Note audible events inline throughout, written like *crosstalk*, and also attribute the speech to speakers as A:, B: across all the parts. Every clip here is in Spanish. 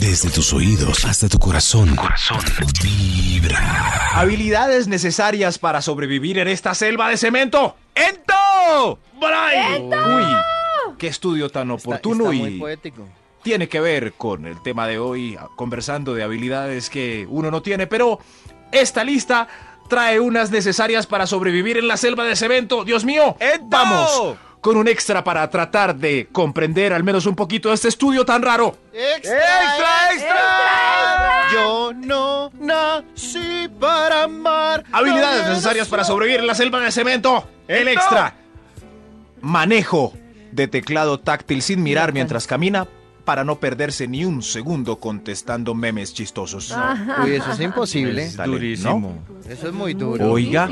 A: Desde tus oídos hasta tu corazón. Corazón. Vibra.
B: Habilidades necesarias para sobrevivir en esta selva de cemento. ¡Ento! ¡Bray! Uy, qué estudio tan oportuno
C: está muy
B: y
C: poético.
B: tiene que ver con el tema de hoy, conversando de habilidades que uno no tiene, pero esta lista trae unas necesarias para sobrevivir en la selva de cemento. Dios mío, vamos con un extra para tratar de comprender al menos un poquito este estudio tan raro.
C: ¡Extra, extra! Yo no nací para amar.
B: Habilidades
C: No
B: necesarias
C: nací-
B: para sobrevivir en la selva de cemento. El extra. Manejo de teclado táctil sin mirar mientras camina para no perderse ni un segundo contestando memes chistosos.
C: Uy, eso es imposible.
B: Dale, ¿no?
C: Eso es muy duro.
B: Oiga,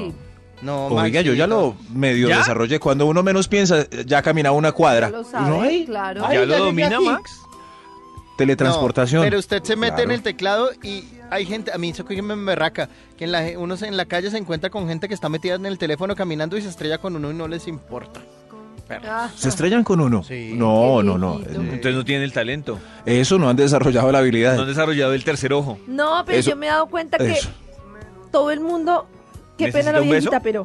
C: no,
B: oiga, yo ya lo medio desarrollé. Cuando uno menos piensa, ya camina una cuadra.
D: Lo sabe,
B: Uno, ay,
D: claro.
C: Ay,
E: ¿Ya lo
C: llegué
E: domina
C: aquí.
E: Max?
B: Teletransportación.
C: No, pero usted se mete
B: Claro.
C: en el teclado y hay gente, a mí eso que me berraca, que en la, ge- uno se- en la calle se encuentra con gente que está metida en el teléfono caminando y se estrella con uno y no les importa.
D: Ah,
B: ¿Se estrellan con uno?
C: Sí.
B: No,
D: Qué
B: no, no.
D: viejito.
E: Entonces no tiene el talento.
B: Eso no han desarrollado la habilidad.
E: No han desarrollado el tercer ojo.
D: No, pero
B: Eso-
D: yo me he dado cuenta que
B: Eso.
D: todo el mundo, qué
E: ¿Necesita
D: pena la
E: un beso?
D: viejita, pero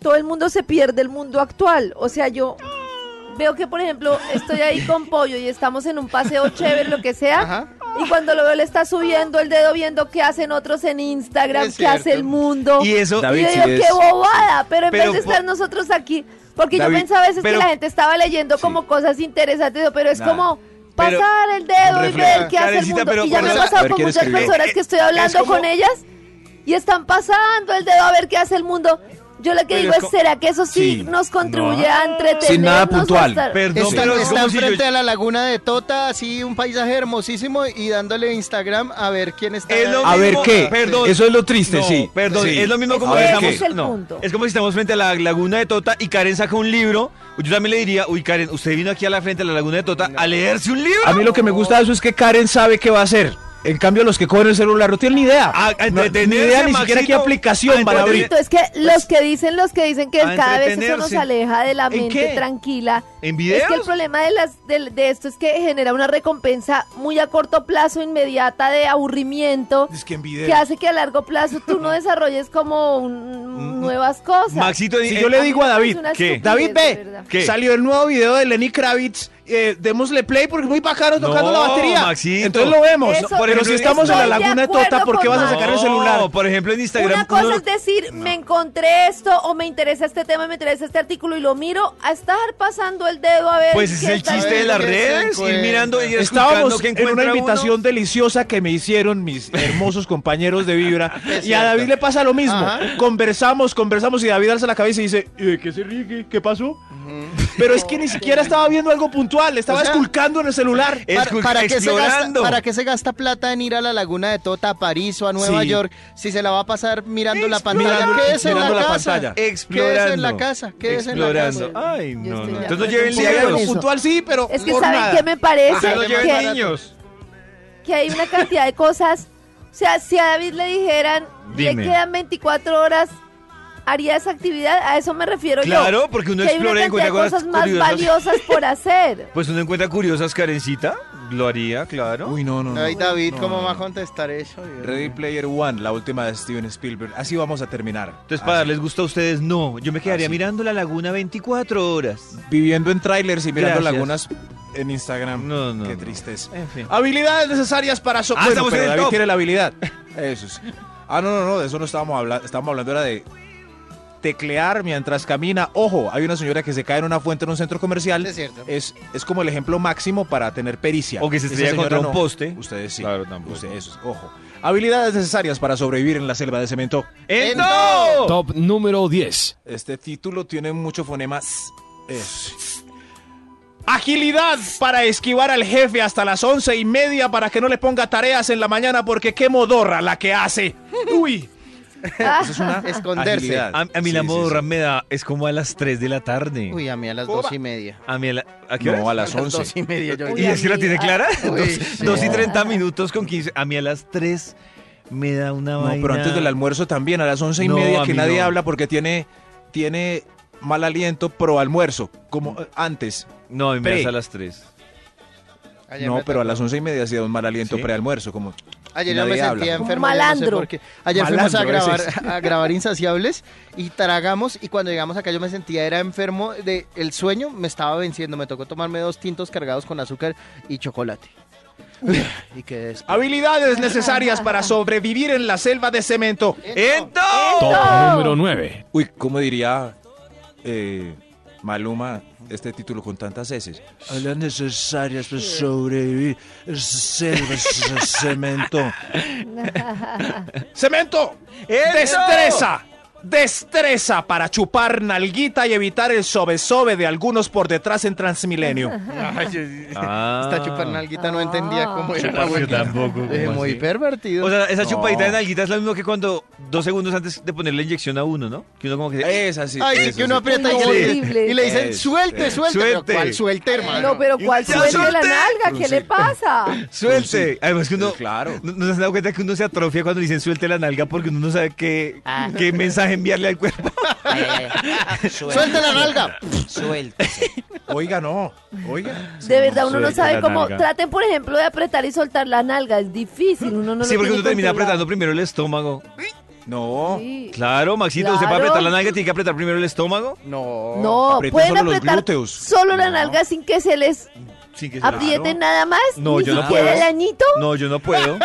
D: todo el mundo se pierde el mundo actual. O sea, yo veo que, por ejemplo, estoy ahí con Pollo y estamos en un paseo chévere, lo que sea,
C: Ajá.
D: y cuando lo veo le está subiendo el dedo viendo qué hacen otros en Instagram,
C: Es
D: qué hace
C: cierto.
D: el mundo.
E: Y eso-
D: Y
B: David,
D: yo
B: sí
D: digo,
B: es-
D: qué bobada, pero en
E: Pero
D: vez de
E: po-
D: estar nosotros aquí, porque
B: David,
D: yo pensaba a veces
E: pero-
D: que la gente estaba leyendo como cosas interesantes, pero es
B: Nada.
D: como...
E: Pero-
D: Pasar el dedo y
B: Refleja.
D: ver qué hace el
E: Karencita,
D: mundo.
E: pero
D: y ya
E: por
D: me ha
E: eso-
B: A
D: pasado
B: ver,
D: con
B: ¿quién
D: muchas
B: escribió?
D: personas que estoy hablando
E: como-
D: con ellas y están pasando el dedo a ver qué hace el mundo. Yo lo que
E: Pero
D: digo
E: es
D: es,
E: co-
D: ¿será que eso sí,
B: Sí.
D: nos contribuye
B: No.
D: a entretenernos?
B: Sin nada
D: a
B: puntual.
D: estar-
E: Perdón,
C: está
E: pero es
C: está
E: como si
C: enfrente
E: yo...
C: a la laguna de Tota, así un paisaje hermosísimo y dándole Instagram a ver quién está.
E: Es lo
B: A ver
E: mismo-
B: qué.
E: Perdón.
B: Eso es lo triste,
E: No,
B: sí.
E: Perdón,
B: Sí.
E: es lo mismo como
B: A
E: si
B: ver,
E: estamos...
B: ¿qué?
D: el
E: no,
D: punto.
E: es como si estamos frente a la laguna de Tota y Karen saca un libro. Yo también le diría, uy Karen, usted vino aquí a la frente de la laguna de Tota a leerse un libro.
B: A mí lo que me gusta de eso es que Karen sabe qué va a hacer. En cambio, los que cogen el celular no tienen ni idea.
E: A- a
B: No, ni
E: entretenerse,
B: idea ni siquiera
E: Ah, Maxito. Ah,
B: qué aplicación
E: A
B: van a abrir.
D: Bonito, es que los que dicen, los que dicen que
E: pues A
D: cada vez eso nos
E: entretenerse.
D: aleja de la
E: ¿En
D: mente
E: qué?
D: tranquila.
E: ¿En videos?
D: Es que el problema de, las, de, de esto es que genera una recompensa muy a corto plazo, inmediata, de aburrimiento,
B: Es que en
D: que hace que a largo plazo
E: *laughs*
D: tú no desarrolles como
E: Mm,
D: un- nuevas cosas.
E: Maxito,
B: Si
E: eh,
B: yo le
E: a-
B: digo a
D: me
B: David,
D: parece una
E: ¿qué?
D: estupidez,
B: David
D: de
B: B,
D: verdad.
E: ¿Qué?
B: salió el nuevo video de Lenny Kravitz, eh, démosle play porque es muy bacano tocando
E: No,
B: la batería.
E: Maxito.
B: Entonces lo vemos.
D: Eso-
B: Por ejemplo, si estamos en la
D: Estoy de
B: laguna de
D: acuerdo
B: Tota, ¿por qué
D: con
B: vas a sacar el
E: No,
B: celular?
E: por ejemplo, en Instagram...
D: Una cosa
E: uno-
D: es decir, me encontré esto o me interesa este tema, me interesa este artículo y lo miro a estar pasando el dedo a ver.
E: Pues es
D: qué
E: el
D: está
E: chiste de
D: viendo.
E: las
C: ¿Qué se
E: redes, ir
C: encuentra?
E: mirando y escuchando
B: Estábamos
E: que
B: en una
E: encuentra uno.
B: invitación deliciosa que me hicieron
E: *laughs*
B: mis hermosos compañeros de Vibra.
C: Es
B: y a
C: cierto.
B: David le pasa lo mismo.
C: Ajá.
B: Conversamos, conversamos y David alza la cabeza y dice, "¿Y de ¿qué se ríe? ¿Qué- ¿Qué pasó? Pero es que ni siquiera estaba viendo algo puntual, estaba
C: O sea,
B: esculcando en el celular.
C: Para,
E: Escu-
C: para qué se gasta,
E: explorando.
C: ¿Para qué se gasta plata en ir a la laguna de Tota, a París o a Nueva
B: Sí.
C: York si se la va a pasar mirando la pantalla?
B: Mirando-
C: ¿Qué es en la
B: mirando la
C: casa?
B: pantalla.
C: Explorando.
E: Explorando.
C: ¿Qué es en la casa? ¿Qué es en la
E: Explorando.
C: casa?
E: Ay,
D: Yo
E: no,
D: estoy
E: no.
D: de
E: Entonces no
D: acuerdo.
E: lleven
B: Sí, algo
C: eso.
E: niños.
B: puntual sí, pero
D: Es que
B: por
D: saben
B: nada.
D: que me parece
E: Entonces no
D: que,
E: lleven niños.
D: que hay una cantidad de cosas. O sea, si a David le dijeran,
E: Dime.
D: le quedan 24 horas, haría esa actividad, a eso me refiero yo.
E: Claro, porque uno
D: que hay una
E: explora y
D: cantidad
E: encuentra
D: de
E: cosas,
D: cosas más
E: curiosas.
D: valiosas por hacer.
E: *laughs* Pues uno encuentra curiosas, Karencita. Lo haría, claro.
B: Uy, no, no, no.
C: Ay, David, ¿cómo va a contestar eso? Dios
B: Ready Player One, la última de Steven Spielberg. Así vamos a terminar.
E: Entonces, para
B: Así.
E: darles gusto a ustedes, no. Yo me quedaría
B: Así.
E: mirando la laguna 24 horas.
B: Viviendo en trailers y mirando
E: Gracias.
B: lagunas en Instagram.
E: No, no,
B: Qué
E: no.
B: tristeza.
E: En fin.
B: Habilidades necesarias para so
E: Ah,
B: Bueno,
E: estamos
B: pero
E: en el
B: David
E: top.
B: tiene la habilidad. Eso sí. Ah, no, no, no, de eso no estábamos hablando. Estábamos hablando era de teclear mientras camina. Ojo, hay una señora que se cae en una fuente en un centro comercial.
C: Es cierto.
B: Es, es como el ejemplo máximo para tener pericia.
E: O que se
B: Esa
E: estrella
B: señora
E: contra un poste.
B: Ustedes sí.
E: Claro, tampoco.
B: Ustedes, eso, es- ojo. Habilidades necesarias para sobrevivir en la selva de cemento.
E: ¡Ento!
A: Top número 10.
B: Este título tiene mucho fonema. S. Es. Agilidad para esquivar al jefe hasta las once y media para que no le ponga tareas en la mañana porque qué modorra la que hace. Uy.
D: Ah,
B: Esa es una
C: Esconderse.
B: agilidad.
E: A, a mí
B: Sí,
E: la
B: sí,
E: modorra
B: sí.
E: me da. Es como a las 3 de la tarde.
C: Uy, a mí a las
B: Boba.
C: dos y media.
E: A mí a la. ¿A qué
B: No,
E: horas?
B: a las
C: Las dos
B: once.
C: y media yo.
D: Uy,
E: ¿Y
D: a
E: es que la
D: mí-
E: tiene
D: a-
E: clara? *laughs*
C: Uy,
E: 2
C: sí.
E: y 30 minutos con 15. A mí a las 3 me da una
B: No,
E: vaina.
B: pero antes del almuerzo también, a las once y
E: No,
B: media
E: a
B: que
E: mí
B: nadie
E: no.
B: habla porque tiene, tiene mal aliento pro almuerzo, como eh, antes.
E: No, a mí me
B: Pre.
E: das a las 3.
C: Ayer
B: no,
C: me
B: pero a
C: tocó.
B: las once y media hacía un mal aliento
E: Sí.
B: prealmuerzo, como
C: Ayer yo
B: nadie
C: me sentía
B: habla.
D: Como
C: enfermo. yo No sé
D: malandro.
C: por qué. Ayer fuimos a
B: Malandro,
C: grabar,
B: ese
C: a grabar Insaciables y tragamos. Y cuando llegamos acá, yo me sentía, era enfermo. de El sueño me estaba venciendo. Me tocó tomarme dos tintos cargados con azúcar y chocolate. *laughs* y que es.
B: Habilidades necesarias para sobrevivir en la selva de cemento.
E: ¡Ento!
F: Top
D: No.
F: número 9.
B: Uy, ¿cómo diría eh, Maluma este título con tantas heces? Habilidades necesarias para sobrevivir. Selva, c- cemento. ¡Cemento! ¡Destreza! Destreza para chupar nalguita y evitar el sobe-sobe de algunos por detrás en Transmilenio.
C: Ay, yo- Esta
E: Ah.
C: chupa nalguita no entendía
D: Ah.
C: cómo era la
F: Chuparse
C: vuelta.
F: tampoco, ¿cómo
C: Eh, muy
F: así?
C: pervertido.
E: O sea, esa
B: No.
E: chupadita de nalguita es lo mismo que cuando dos segundos antes de poner la inyección a uno, ¿no? Que uno como que... dice, "Eh,
B: Es así.
C: Ay, sí,
B: eso
C: que uno
B: sí.
C: aprieta y,
D: Uy,
C: le-
D: horrible.
C: y le dicen,
B: Es,
C: suelte,
B: es.
C: suelte.
E: Suelte.
C: Pero ¿cuál suelte, hermano?
D: No, pero ¿cuál
E: Ya
D: suelta de la
E: solté.
D: nalga? ¿Qué le pasa?
E: ¡Suelte! pues Además que uno...
B: Sí, claro.
E: ¿No no se han dado cuenta que uno se atrofia cuando dicen suelte la nalga porque uno no sabe qué, qué mensaje enviarle al cuerpo?
D: Eh,
C: ¡Suelta la nalga!
B: Oiga, no. Oiga.
D: De verdad, uno no
E: suelta
D: sabe
E: la
D: cómo.
E: nalga.
D: Traten, por ejemplo, de apretar y soltar la nalga. Es difícil. Uno no
E: sí,
D: lo
E: porque
D: tiene
E: uno termina
D: controlado.
E: apretando primero el estómago.
B: No.
D: Sí.
E: Claro, Maxito, usted para
D: Claro.
E: apretar la nalga tiene que apretar primero el estómago.
C: No.
D: No,
B: Aprieten
D: pueden
B: solo los
D: apretar
B: glúteos.
D: solo la nalga sin que se les
E: Sin que se-
D: aprieten nada más.
E: No,
D: ni
E: yo no
D: siquiera
E: puedo.
D: el añito.
E: No, yo no puedo.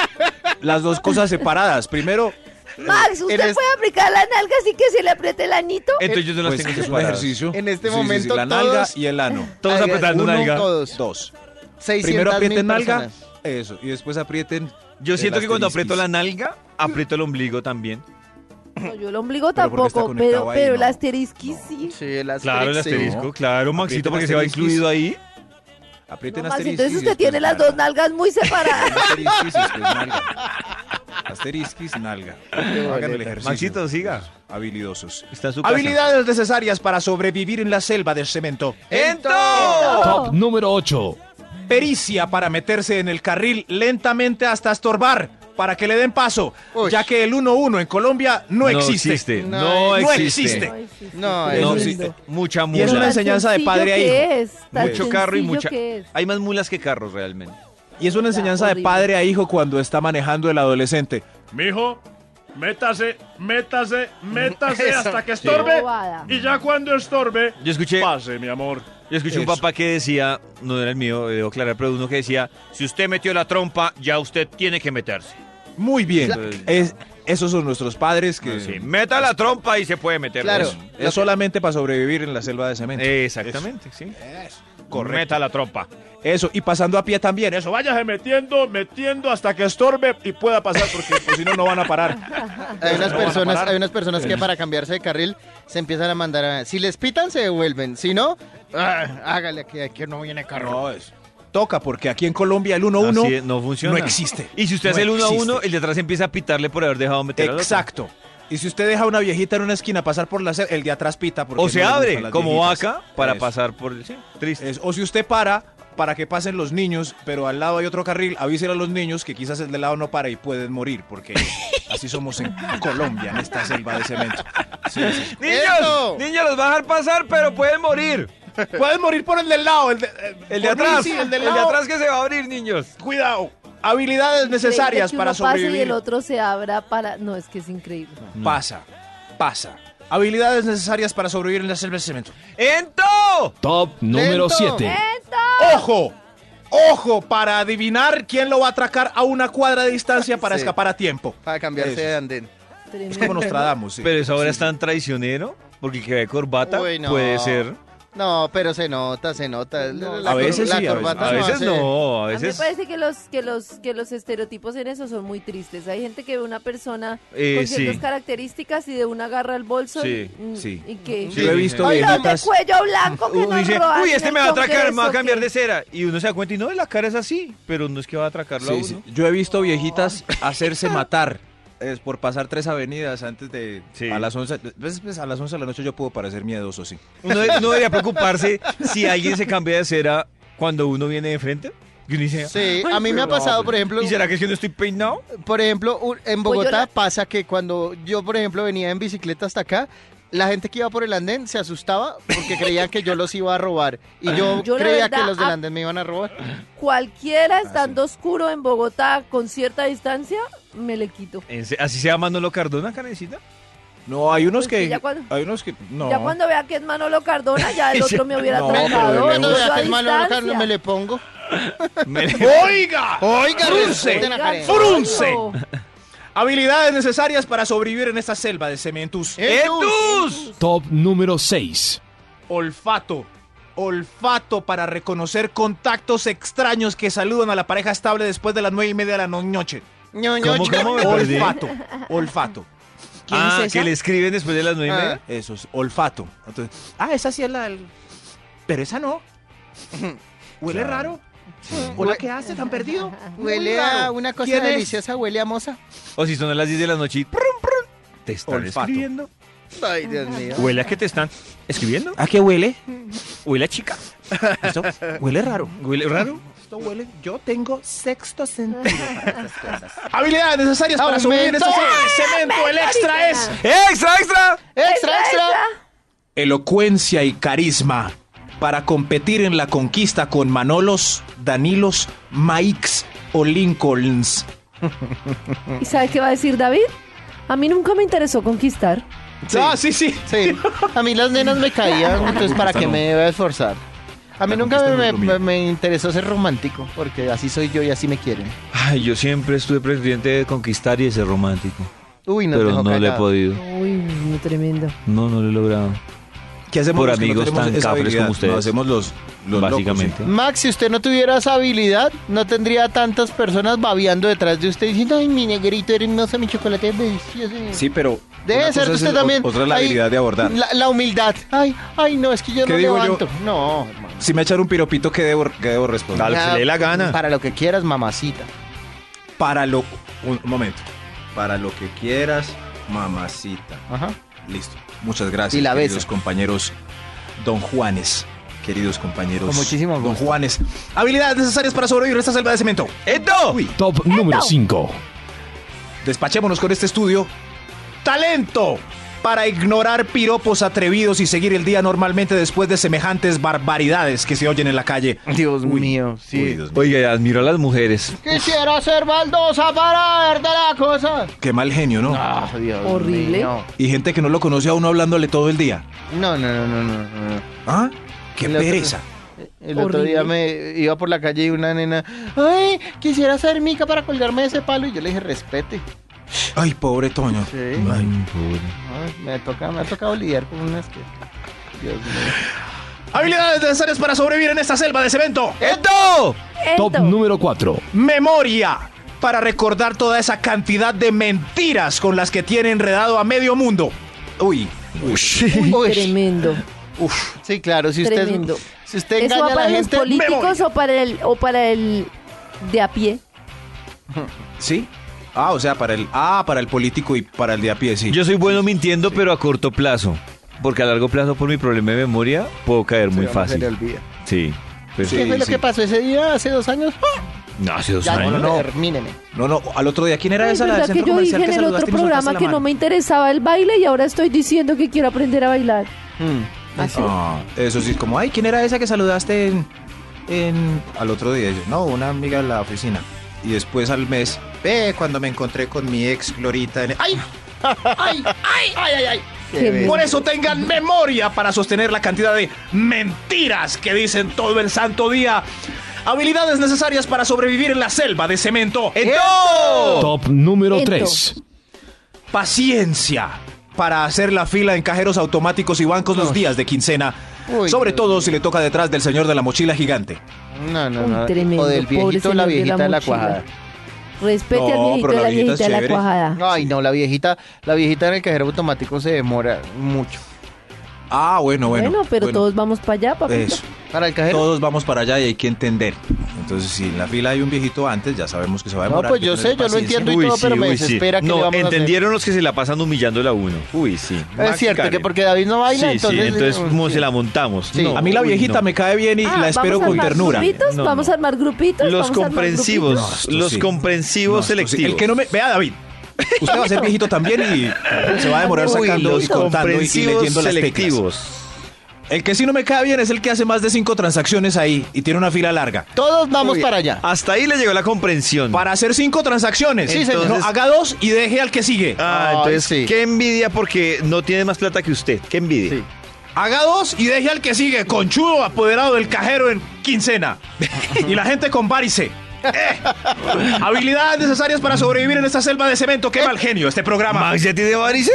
B: Las dos cosas separadas. Primero,
D: Max, ¿usted
C: Eres-
D: puede aplicar la nalga sin que se le apriete el añito?
E: Entonces *laughs* yo no las
B: pues,
E: tengo
B: es un
E: separadas.
B: ejercicio.
C: En este
B: Sí, sí, sí,
C: momento
B: la nalga
C: todos-
B: y el ano.
E: Todos
C: Ay,
E: apretando
C: uno,
E: nalga.
C: todos.
B: Dos.
C: 600.000
B: Primero aprieten nalga.
C: personas.
B: Eso. Y después aprieten.
E: Yo
B: el
E: siento que cuando aprieto
B: asterisquis.
E: la nalga, aprieto el ombligo también.
D: No, yo el ombligo
B: Pero porque está
D: tampoco,
B: conectado
D: pero,
B: ahí,
D: pero el
B: no.
D: asterisquis sí.
C: Sí, el asterisco.
E: Claro, el
C: sí.
E: asterisco,
B: No.
E: claro,
B: Aprieta
E: Maxito,
B: el
E: porque se va
B: asterisco.
E: incluido ahí.
B: Aprieten
D: No, Max,
B: asterisquis.
D: entonces
B: y
D: usted
B: después
D: tiene las
B: nalga.
D: dos nalgas muy separadas.
B: *laughs* Asterisquis y después nalga. Asterisquis, nalga. Hagan el
C: boleta.
B: ejercicio.
E: Maxito, siga.
B: Habilidosos.
E: Está en su casa.
B: Habilidades necesarias para sobrevivir en la selva del cemento. *laughs*
E: ¡Ento!
F: Top número 8.
B: pericia para meterse en el carril lentamente hasta estorbar para que le den paso,
C: Uy.
B: ya que el 1-1 en Colombia no, existe.
E: No,
C: No
B: No
E: existe.
B: existe.
C: No,
E: No
C: es-
E: existe. Mucha
B: Y es
D: Tan
B: una
E: mula.
B: enseñanza de
D: sencillo
B: padre a
D: que
B: hijo.
D: es, tan
E: Mucho carro y
D: sencillo
E: mucha.
D: que es.
E: Hay más mulas que carros realmente.
B: Y es una enseñanza de
D: horrible.
B: padre a hijo cuando está manejando el adolescente.
G: Mijo, métase, métase, métase
C: Eso.
G: hasta que estorbe.
D: Bobada.
G: Y ya cuando estorbe,
E: Yo escuché, yo
G: pase, mi amor.
E: escuché un
B: Eso.
E: papá que decía, no era el mío, eh, debo aclarar, pero uno que decía, si usted metió la trompa, ya usted tiene que meterse.
B: Muy bien.
E: Claro.
B: Es- esos son nuestros padres que
E: Ah, Sí, meta la trompa y se puede meter.
C: Claro.
E: Eso.
B: es solamente para sobrevivir en la selva de cemento.
E: Eh. Exactamente, sí.
B: Correcto.
E: Meta la trompa.
B: Eso, y pasando a pie también, eso.
G: Eso, váyase metiendo, metiendo hasta que estorbe y pueda pasar porque
B: Porque pues, si no, no van a
E: *laughs*
B: parar.
C: Hay
B: No
C: unas
B: van a
C: personas,
B: parar.
C: hay unas personas que para cambiarse de carril se empiezan a mandar a... Si les pitan, se devuelven. Si no, ah, hágale que aquí no viene carro.
B: No, es- toca, porque aquí en Colombia el
E: Así
B: 1-1
E: es, no funciona.
B: no existe.
E: Y si usted
B: No
E: hace el uno a
B: existe.
E: uno, el de atrás empieza a pitarle por haber dejado meter al otro.
B: Exacto. Y si usted deja a una viejita en una esquina pasar por la acera, el de atrás pita. Porque
E: O
B: no
E: se
B: le gustan
E: abre
B: las
E: como
B: viejitas.
E: vaca para
B: Eso,
E: pasar por el. Sí, triste.
B: eso. O si usted para para que pasen los niños, pero al lado hay otro carril, avísele a los niños que quizás el de lado no para y pueden morir, *laughs* porque así somos en Colombia, en esta selva de cemento. Sí, sí.
E: ¡Niños!
C: ¡Eso!
E: ¡Niños, los va a dejar pasar, pero pueden morir!
B: Pueden morir por el del lado, el de, eh,
E: El de
B: por mí
E: atrás.
B: sí,
E: el,
B: el del
E: de
B: lado.
E: atrás que se va a abrir, niños.
B: Cuidado. Habilidades necesarias
D: Increíble que
B: para
D: uno pase Y
B: sobrevivir.
D: el otro se abra para. No, es que es increíble.
B: Pasa, pasa. Habilidades necesarias para sobrevivir en la selva de cemento.
E: ¡Ento!
F: Top número
C: Lento.
F: 7.
B: ¡Ojo! ¡Ojo! Para adivinar quién lo va a atracar a una cuadra de distancia para
C: Sí.
B: escapar a tiempo.
C: Para cambiarse
B: Eso.
C: de andén.
B: Es como nos tradamos, sí.
E: Pero eso ahora es tan traicionero, porque el que ve corbata
C: Uy, no.
E: puede ser.
C: No, pero se nota, se nota. La- la
B: A veces
C: cor-
B: sí,
C: la
B: a
C: corbata
E: A veces
C: hace-
E: no, a
D: A mí me
E: veces.
D: parece que los, que, los, que los estereotipos en eso son muy tristes. Hay gente que ve una persona
E: Eh,
D: con ciertas
E: sí.
D: características y de una agarra el bolso
E: Sí,
D: y, mm,
B: sí.
D: y que...
E: Sí,
B: Yo he visto
D: ¡Ay, los de
B: viejitas.
D: cuello blanco que
E: Uno
D: nos
E: dice,
D: roban
E: uy,
D: en
E: este
D: el
E: me va a atracar, me va a
D: Congreso,
E: cambiar
D: que-
E: de cera. Y uno se da cuenta, y no, la cara es así, pero no es que va a atracarlo a
B: Sí,
E: uno.
B: sí. Yo he visto viejitas hacerse matar es por pasar tres avenidas antes de
E: Sí.
B: a las 11. Pues, pues, a las 11 de la noche yo puedo parecer miedoso, sí.
E: Uno, de- uno debería preocuparse si alguien se cambia de cera cuando uno viene de frente. Y uno dice,
C: Sí,
E: "Ay,
C: a mí me ha
E: pero-
C: pasado, por ejemplo,
E: ¿Y será que es que no estoy peinado?
C: por ejemplo, un- en
D: Pues yo
C: Bogotá
D: la-
C: pasa que cuando yo, por ejemplo, venía en bicicleta hasta acá, la gente que iba por el andén se asustaba porque creían que yo los iba a robar. Y yo,
D: Yo, la
C: creía
D: verdad,
C: que los del
D: a-
C: andén me iban a robar.
E: Ah,
D: Cualquiera estando oscuro en Bogotá con cierta distancia, me le quito.
E: En se- Así se llama Manolo Cardona, Karencita.
B: No, hay unos
D: Pues que
B: que.
D: ya
E: Ah,
D: cuando-
B: Hay unos que. No.
D: Ya cuando vea que es Manolo Cardona,
E: *laughs*
D: ya el otro me hubiera
B: No, pero
D: trancado.
B: de
C: Cuando
D: incluso
C: vea
D: a
C: que es malo,
D: distancia.
C: Carlos, me le pongo.
B: *laughs* ¡Oiga!
C: Oiga,
B: ¡Frunce!
C: respeten a
D: Oiga,
C: Karen.
B: ¡Frunce!
D: no.
B: Habilidades necesarias para sobrevivir en esta selva de cementus.
E: ¡Etus!
F: Top número 6.
B: Olfato. Olfato para reconocer contactos extraños que saludan a la pareja estable después de las nueve y media de la no- noche.
C: Ño, ño,
E: ¿Cómo,
C: ño.
E: cómo? Me perdí.
B: Olfato. Olfato. ¿Quién
E: Ah,
B: es esa?
E: que le escriben después de las nueve y
C: Ah.
E: media.
B: Eso es olfato. Entonces, ah, esa sí es la del... Pero esa no. *laughs* Huele raro. Hola, ¿qué hace?
C: *laughs*
B: ¿Tan perdido? Muy
C: Huele a
B: raro.
C: una cosa
B: ¿Quién es?
C: deliciosa, huele a moza.
E: O si son a las 10 de la noche y prum, prum, te están
B: Olfato.
E: escribiendo.
C: Ay, Dios mío.
E: Huele a que te están escribiendo.
B: ¿A qué huele?
E: *laughs* Huele a chica.
B: Eso huele raro.
E: Huele raro.
B: Esto huele. Yo tengo sexto sentido para estas cosas. *laughs* Habilidades necesarias para sobrevivir en esta
C: Aumento.
B: selva de cemento. El ¡Eh, extra es
E: ¡Extra, extra!
C: ¡Extra, extra!
B: elocuencia y carisma para competir en la conquista con Manolos, Danilos, Mikes o Lincolns.
D: ¿Y sabe qué va a decir David? A mí nunca me interesó conquistar.
B: Ah, sí, sí.
C: Sí, a mí las nenas me caían, entonces ¿para qué me iba a esforzar? A mí nunca me, me- me interesó ser romántico, porque así soy yo y así me quieren.
E: Ay, yo siempre estuve pretendiente de conquistar y de ser romántico.
C: Uy, no
E: pero
C: tengo
E: no le he
C: callado.
E: podido.
D: Uy, no, tremendo.
E: No, no lo he logrado.
B: ¿Qué hacemos
E: Por
B: los que
E: amigos
B: tenemos
E: tan
B: esa
E: cafres
B: habilidad?
E: como ustedes.
B: Nos hacemos los, los locos,
E: básicamente.
C: Max, si usted no tuviera esa habilidad, no tendría tantas personas babeando detrás de usted diciendo, ay, mi negrito hermoso, mi chocolate es delicioso.
B: sí. Sí, pero
C: Debe
B: una
C: ser
B: cosa
C: que
B: es
C: usted
B: el-
C: también.
B: Otra es la
C: ay,
B: habilidad de abordar.
C: La, la humildad. Ay, ay, no, es que yo
B: ¿Qué
C: no
B: digo yo?
C: levanto. No, hermano.
B: Si me echan un piropito, ¿qué debo, qué debo responder?
E: Al
C: Ya,
E: que le dé la gana.
C: Para lo que quieras, mamacita.
B: Para lo... Un momento. Para lo que quieras, mamacita.
C: Ajá.
B: Listo. Muchas gracias,
C: Y la
B: queridos
C: besa.
B: compañeros Don Juanes. Queridos compañeros.
C: Con muchísimo
B: Don
C: gusto.
B: Juanes. Habilidades necesarias para sobrevivir a esta selva de cemento.
E: ¡Eto!
B: Uy.
F: Top número 5.
B: Despachémonos con este estudio. Talento para ignorar piropos atrevidos y seguir el día normalmente después de semejantes barbaridades que se oyen en la calle.
C: Dios mío, sí.
B: Uy, Dios mío.
E: Oiga, admiro a las mujeres.
C: Quisiera ser baldosa para ver de la cosa.
B: Qué mal genio, ¿no?
C: Ah, Dios
D: Horrible.
C: mío.
B: Y gente que no lo conoce a uno hablándole todo el día.
C: No, no, no, no, no, no.
B: ¿Ah? Qué
C: El otro-
B: pereza.
C: El otro día me iba por la calle y una nena, ay, quisiera ser mica para colgarme de ese palo. Y yo le dije, respete.
B: Ay, pobre Toño.
C: Sí. Ay, me, toca, me ha tocado lidiar con unas que... Dios mío.
B: Habilidades necesarias para sobrevivir en esta selva de cemento.
E: ¡Eto!
F: Top número 4.
B: Memoria para recordar toda esa cantidad de mentiras con las que tiene enredado a medio mundo. Uy,
C: Uy,
D: Tremendo,
B: uf.
C: sí, claro, si usted,
D: tremendo.
C: si usted
D: ¿Eso
C: engaña
D: va
C: a la
D: para los
C: gente...
D: políticos o para el o para el de a pie?
B: ¿Sí? Ah, o sea, para el ah, para el político y para el de a pie, sí.
E: Yo soy bueno mintiendo, pero a corto plazo. Porque a largo plazo, por mi problema de memoria, puedo caer muy
C: Pero no Se le
E: fácil.
C: olvida.
E: Sí. Pero-
C: ¿Qué fue lo
B: sí.
C: que pasó ese día hace dos años?
D: Ah,
E: No, hace dos
C: Ya,
E: años.
C: no,
B: no.
C: termíneme.
B: No, no, al otro día quién era
D: Ay,
B: esa la del
D: ¿verdad que
B: centro
D: yo
B: comercial
D: dije en
B: que
D: el otro
B: saludaste y nos soltaste
D: programa
B: la
D: que no
B: mano?
D: me interesaba el baile y ahora estoy diciendo que quiero aprender a bailar?
C: Mm.
D: Así.
B: Ah, eso sí, como ay, ¿quién era esa que saludaste en, en- al otro día? Y yo, no, una amiga de la oficina. Y después al mes, ve cuando me encontré con mi ex Glorita en- ¡Ay! ¡Ay! ¡Ay! ¡Ay, ay, ay!
D: Qué
C: bello.
B: Por eso tengan memoria para sostener la cantidad de mentiras que dicen todo el santo día. Habilidades necesarias para sobrevivir en la selva de cemento. ¡Eto!
F: Top número
D: Eto.
F: 3.
B: Paciencia para hacer la fila en cajeros automáticos y bancos los días de quincena.
C: Uy,
B: Sobre
C: Dios
B: todo si le toca detrás del señor de la mochila gigante.
C: No, no,
D: Uy,
C: no.
D: tremendo,
C: o del
D: pobre
C: viejito o
D: señor
C: la
D: de la
C: viejita de la
D: mochila.
C: cuajada.
D: Respete
B: No,
D: al viejito
B: pero
D: y
B: la
D: a la
B: viejita es
D: viejita de la
B: chévere.
D: cuajada.
C: Ay, no, la viejita, la viejita en el cajero automático se demora mucho.
B: Ah, bueno, bueno.
D: Bueno, pero todos vamos para allá, papito.
B: Eso.
C: Para el cajero.
B: Todos vamos para allá y hay que entender. Entonces, si en la fila hay un viejito antes, ya sabemos que se va a
C: no,
B: demorar.
C: pues
B: hay que
C: yo
B: tener
C: sé, yo lo
B: paciencia.
C: entiendo y todo, pero me
E: uy, sí.
C: desespera que le
E: No,
C: vamos
E: entendieron los que se la pasan humillándola a uno. Uy, sí.
C: a hacer. Es cierto que porque David no
E: Sí,
C: baila,
E: sí,
C: entonces. eh,
E: entonces como
C: sí.
E: se la montamos.
C: Sí.
E: No,
B: A mí la
E: uy,
B: viejita
E: no.
B: me cae bien y
D: Ah,
B: la espero
D: ¿vamos a
B: con
D: armar
B: ternura.
D: Grupitos?
E: No,
D: vamos
E: no.
D: a armar grupitos.
E: Los
D: ¿Vamos a armar
E: comprensivos,
B: No, esto
E: los
B: sí.
E: comprensivos
B: No, esto sí.
E: selectivos.
B: El que no me. Vea, David. Usted va a ser viejito también y se va a demorar sacando y contando y, y leyendo las teclas. El que sí no me cae bien es el que hace más de cinco transacciones ahí y tiene una fila larga.
C: Todos vamos para allá.
E: Hasta ahí le llegó la comprensión.
B: Para hacer cinco transacciones,
C: Sí, señor.
B: No, haga dos y deje al que sigue.
E: Ah, entonces,
C: Ay, sí.
E: qué envidia porque no tiene más plata que usted. Qué envidia.
C: Sí.
B: Haga dos y deje al que sigue. Conchudo apoderado del cajero en
E: *laughs*
B: quincena. y la gente con varice. Eh. Habilidades necesarias para sobrevivir en esta selva de cemento. Qué mal genio este programa.
E: Eh. ¿Max ya tiene varice?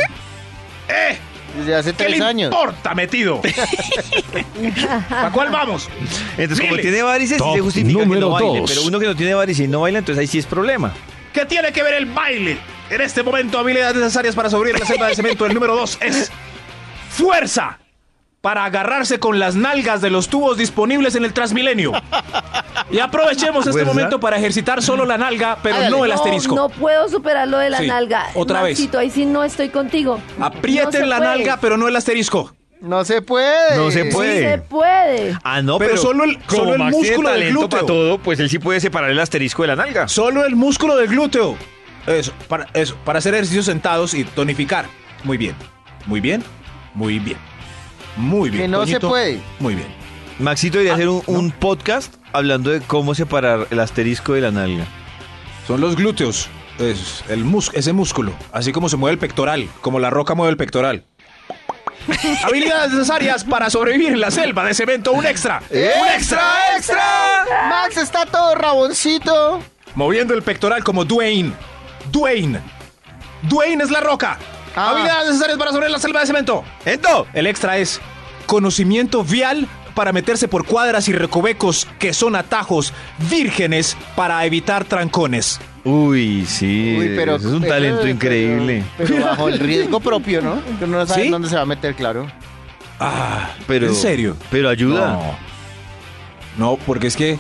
B: Eh,
C: Desde hace
B: ¿Qué
C: tres
B: le
C: años.
B: importa,
E: *laughs*
B: metido? ¿A cuál vamos?
E: Entonces, como
B: Mire.
E: tiene varices, sí
F: Top
E: se justifica que
F: número
E: no baile.
F: dos.
E: Pero uno que no tiene varice y no baila, entonces ahí sí es problema.
B: ¿Qué tiene que ver el baile? En este momento, habilidades necesarias para sobrevivir en la selva de cemento. El número dos es fuerza para agarrarse con las nalgas de los tubos disponibles en el Transmilenio. Y aprovechemos este
E: ¿Fuerza?
B: momento para ejercitar solo la nalga, pero
C: Hágale.
B: no el asterisco.
D: No, puedo superar lo de la
B: Sí,
D: nalga.
B: otra vez.
D: Maxito, ahí sí no estoy contigo. No
B: Aprieten
D: se
B: la
D: puede.
B: nalga, pero no el asterisco.
C: No se puede.
E: No se puede.
D: Sí se puede.
E: Ah, no,
B: Pero
E: pero,
B: solo el-
E: como
B: solo el
E: Max tiene
B: músculo del
E: talento
B: glúteo.
E: para todo, pues él sí puede separar el asterisco de la nalga.
B: Solo el músculo del glúteo. Eso, para, eso, para hacer ejercicios sentados y tonificar. Muy bien. Muy bien. Muy bien. Muy bien.
C: Que no se
B: Toñito.
C: puede.
B: Muy bien.
E: Maxito
D: Ah,
E: debería hacer un, un podcast hablando de cómo separar el asterisco de la nalga.
B: Son los glúteos. Es el mus- ese músculo. Así como se mueve el pectoral. Como la roca mueve el
C: *laughs*
B: pectoral. Habilidades necesarias para sobrevivir en la selva de cemento. Un extra. ¡Un extra, extra!
C: ¡Eh! Max está todo raboncito.
B: Moviendo el pectoral como Dwayne. Dwayne. Dwayne es la roca.
C: Ah.
B: Habilidades necesarias para sobrevivir en la selva de cemento.
E: ¡Ento!
B: El extra es conocimiento vial para meterse por cuadras y recovecos que son atajos vírgenes para evitar trancones.
E: Uy, sí.
C: Uy, pero
E: es un talento increíble.
C: Pero, bajo el riesgo propio, ¿no? Que uno no sabe
B: ¿Sí?
C: dónde se va a meter, claro.
B: Ah,
E: Pero,
B: ¿En serio?
E: Pero ayuda.
B: No, porque es que eh,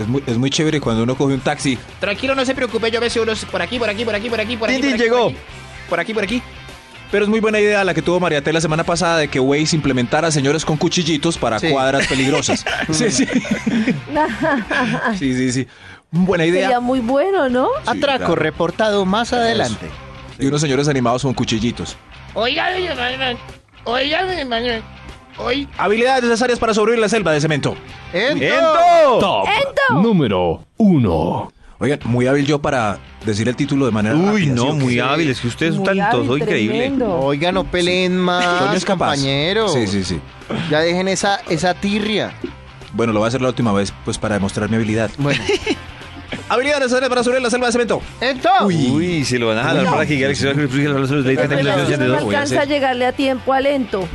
B: es muy, es muy chévere cuando uno coge un taxi.
H: Tranquilo, no se preocupe, yo veo unos por aquí, por aquí, por aquí, por aquí, por aquí.
E: Tintín
H: por aquí,
E: llegó.
H: Por aquí, por aquí, por aquí.
B: Pero es muy buena idea la que tuvo Mariate la semana pasada de que Waze implementara señores con cuchillitos para
C: Sí.
B: cuadras peligrosas. sí, sí. sí, sí, sí. Buena idea.
D: Sería muy bueno, ¿no?
C: Atraco
B: claro.
C: reportado más adelante.
B: Y unos señores animados con cuchillitos.
H: Oigan, oigan, oigan, oigan, oigan.
B: Habilidades necesarias para sobrevivir en la selva de cemento.
C: Ento.
E: ¡Ento!
F: Top
D: Ento.
F: número 1.
B: Oigan, muy hábil yo para decir el título de manera
E: Uy,
B: rápida, ¿sí
E: no,
B: o qué?
E: muy hábil. Es que usted es un
D: Muy
E: talentoso
D: hábil,
E: increíble.
D: tremendo.
C: Oiga, no peleen
B: Toño
C: más,
B: es capaz.
C: compañero.
B: Sí, sí, sí.
C: Ya dejen esa, esa tirria.
B: Bueno, lo voy a hacer la última vez, pues para demostrar mi habilidad. *laughs*
C: Bueno.
B: Habilidades necesarias para sobrevivir en la selva de cemento.
C: ¡Ento!
E: Uy, se lo van a jalar
B: No.
E: para que llegue al exterior. que le explique los 30
D: Pero
E: minutos,
D: no,
E: ochenta y
D: no
E: dos.
B: voy a
D: alcanza a
B: hacer.
D: llegarle a tiempo al lento.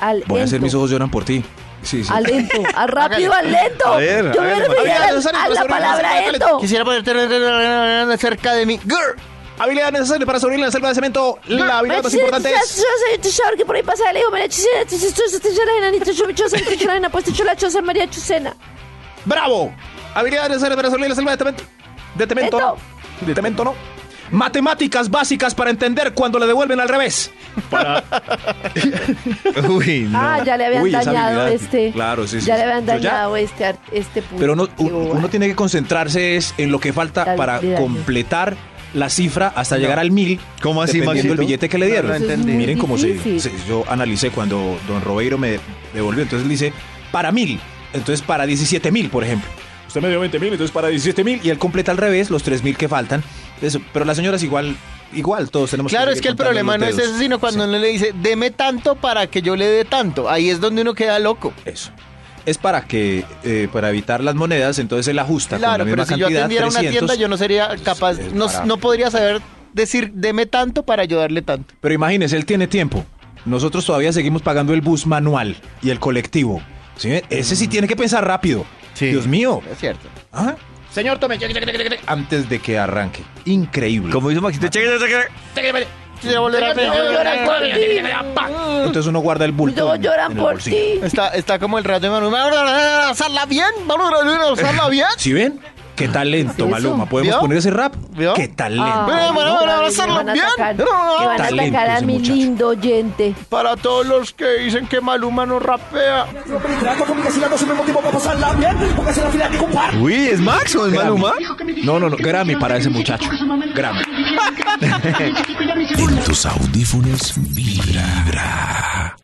D: Al
B: Voy a hacer
D: ento.
B: mis ojos lloran por ti. Sí, sí.
D: Al lento, al rápido, al lento.
E: A ver,
D: Yo
E: a
D: me
E: ver,
D: refería
B: María,
D: al-
B: Rosario,
D: a la
B: Rosario,
D: palabra
B: Rosario,
D: ento.
C: Quisiera ponerte cerca de mí. Grr.
B: Habilidades necesarias para sobrevivir en la selva de cemento. La habilidad más importante es.
D: que por ahí pasa el hijo, María Chucena, Chucena, Chucena, Enanito, Chubi, Chucena, Chucena, pues, Chucena, Chucena, María Chucena.
B: ¡Bravo! Habilidades necesarias para sobrevivir en la selva de cemento. De cemento.
D: Esto.
B: ¿no? De cemento, ¿no? Matemáticas básicas para entender cuando le devuelven al revés.
E: Uy, no.
D: Ah, ya le habían
B: Uy, esa
D: dañado
B: habilidad.
D: este.
B: Claro, sí, sí,
D: Ya le
B: sí.
D: habían
B: Yo ya-
D: dañado este, ar- este punto.
B: Pero uno,
D: Qué
B: uno-
D: boba.
B: uno tiene que concentrarse es en lo que falta
D: Tal
B: para
D: de daño.
B: completar la cifra hasta llegar al mil.
E: ¿Cómo así,
B: dependiendo el
E: Maxito?
B: billete que le dieron.
C: No, no entendí.
B: Miren cómo se,
D: Difícil.
B: se- Yo analicé cuando don Robeiro me devolvió. Entonces le hice para mil. Entonces para 17 mil, por ejemplo. Usted me dio 20 mil, entonces para 17 mil. Y él completa al revés los 3 mil que faltan. Eso. Pero las señoras igual, igual todos tenemos
C: Claro, es que el
B: contando
C: problema
B: los
C: no es
B: dedos.
C: eso, sino cuando
B: Sí,
C: uno le dice, deme tanto para que yo le dé tanto. Ahí es donde uno queda loco.
B: Eso. Es para que, eh, para evitar las monedas, entonces él ajusta con la
C: Claro,
B: misma
C: pero si yo
B: cantidad,
C: atendiera una
B: 300.
C: tienda, yo no sería
B: es-
C: capaz,
B: es
C: no,
B: barato.
C: no podría saber decir, deme tanto para ayudarle tanto.
B: Pero imagínese, él tiene tiempo. Nosotros todavía seguimos pagando el bus manual y el colectivo. ¿Sí? Ese sí tiene que pensar rápido. Dios mío.
C: Es cierto.
B: Ah,
H: Señor, tome. Cheque, cheque, cheque, cheque,
B: Antes de que arranque. Increíble.
E: Como hizo Maxito, cheque, cheque, cheque.
H: cheque, cheque.
C: Quisiera volver a-
D: Todos lloran por ti.
B: Entonces uno guarda el bulto.
D: Todos
B: en-
D: lloran
B: en el
D: por
B: bolsillo.
D: ti.
C: Está, está como el rato de Manu. Vamos a usarla bien, vamos a usarla bien.
B: ¿Sí ven? Qué talento,
D: ¿Es eso?
B: Maluma. ¿Podemos
C: ¿Vio?
B: poner ese rap?
C: ¿Vio?
B: Qué talento.
D: Ah,
C: Bueno, bueno, bueno,
D: no,
C: abrazarlo
D: me van a
C: bien.
D: atacar,
C: No,
D: me van a
B: talento
D: atacar a
B: ese
D: mi
B: muchacho.
D: lindo oyente.
C: Para todos los que dicen que Maluma no rapea.
E: Uy, ¿es Max o es
B: Grammy.
E: Maluma?
B: No, no, no. Grammy para ese muchacho. Grammy.
A: En tus audífonos vibra.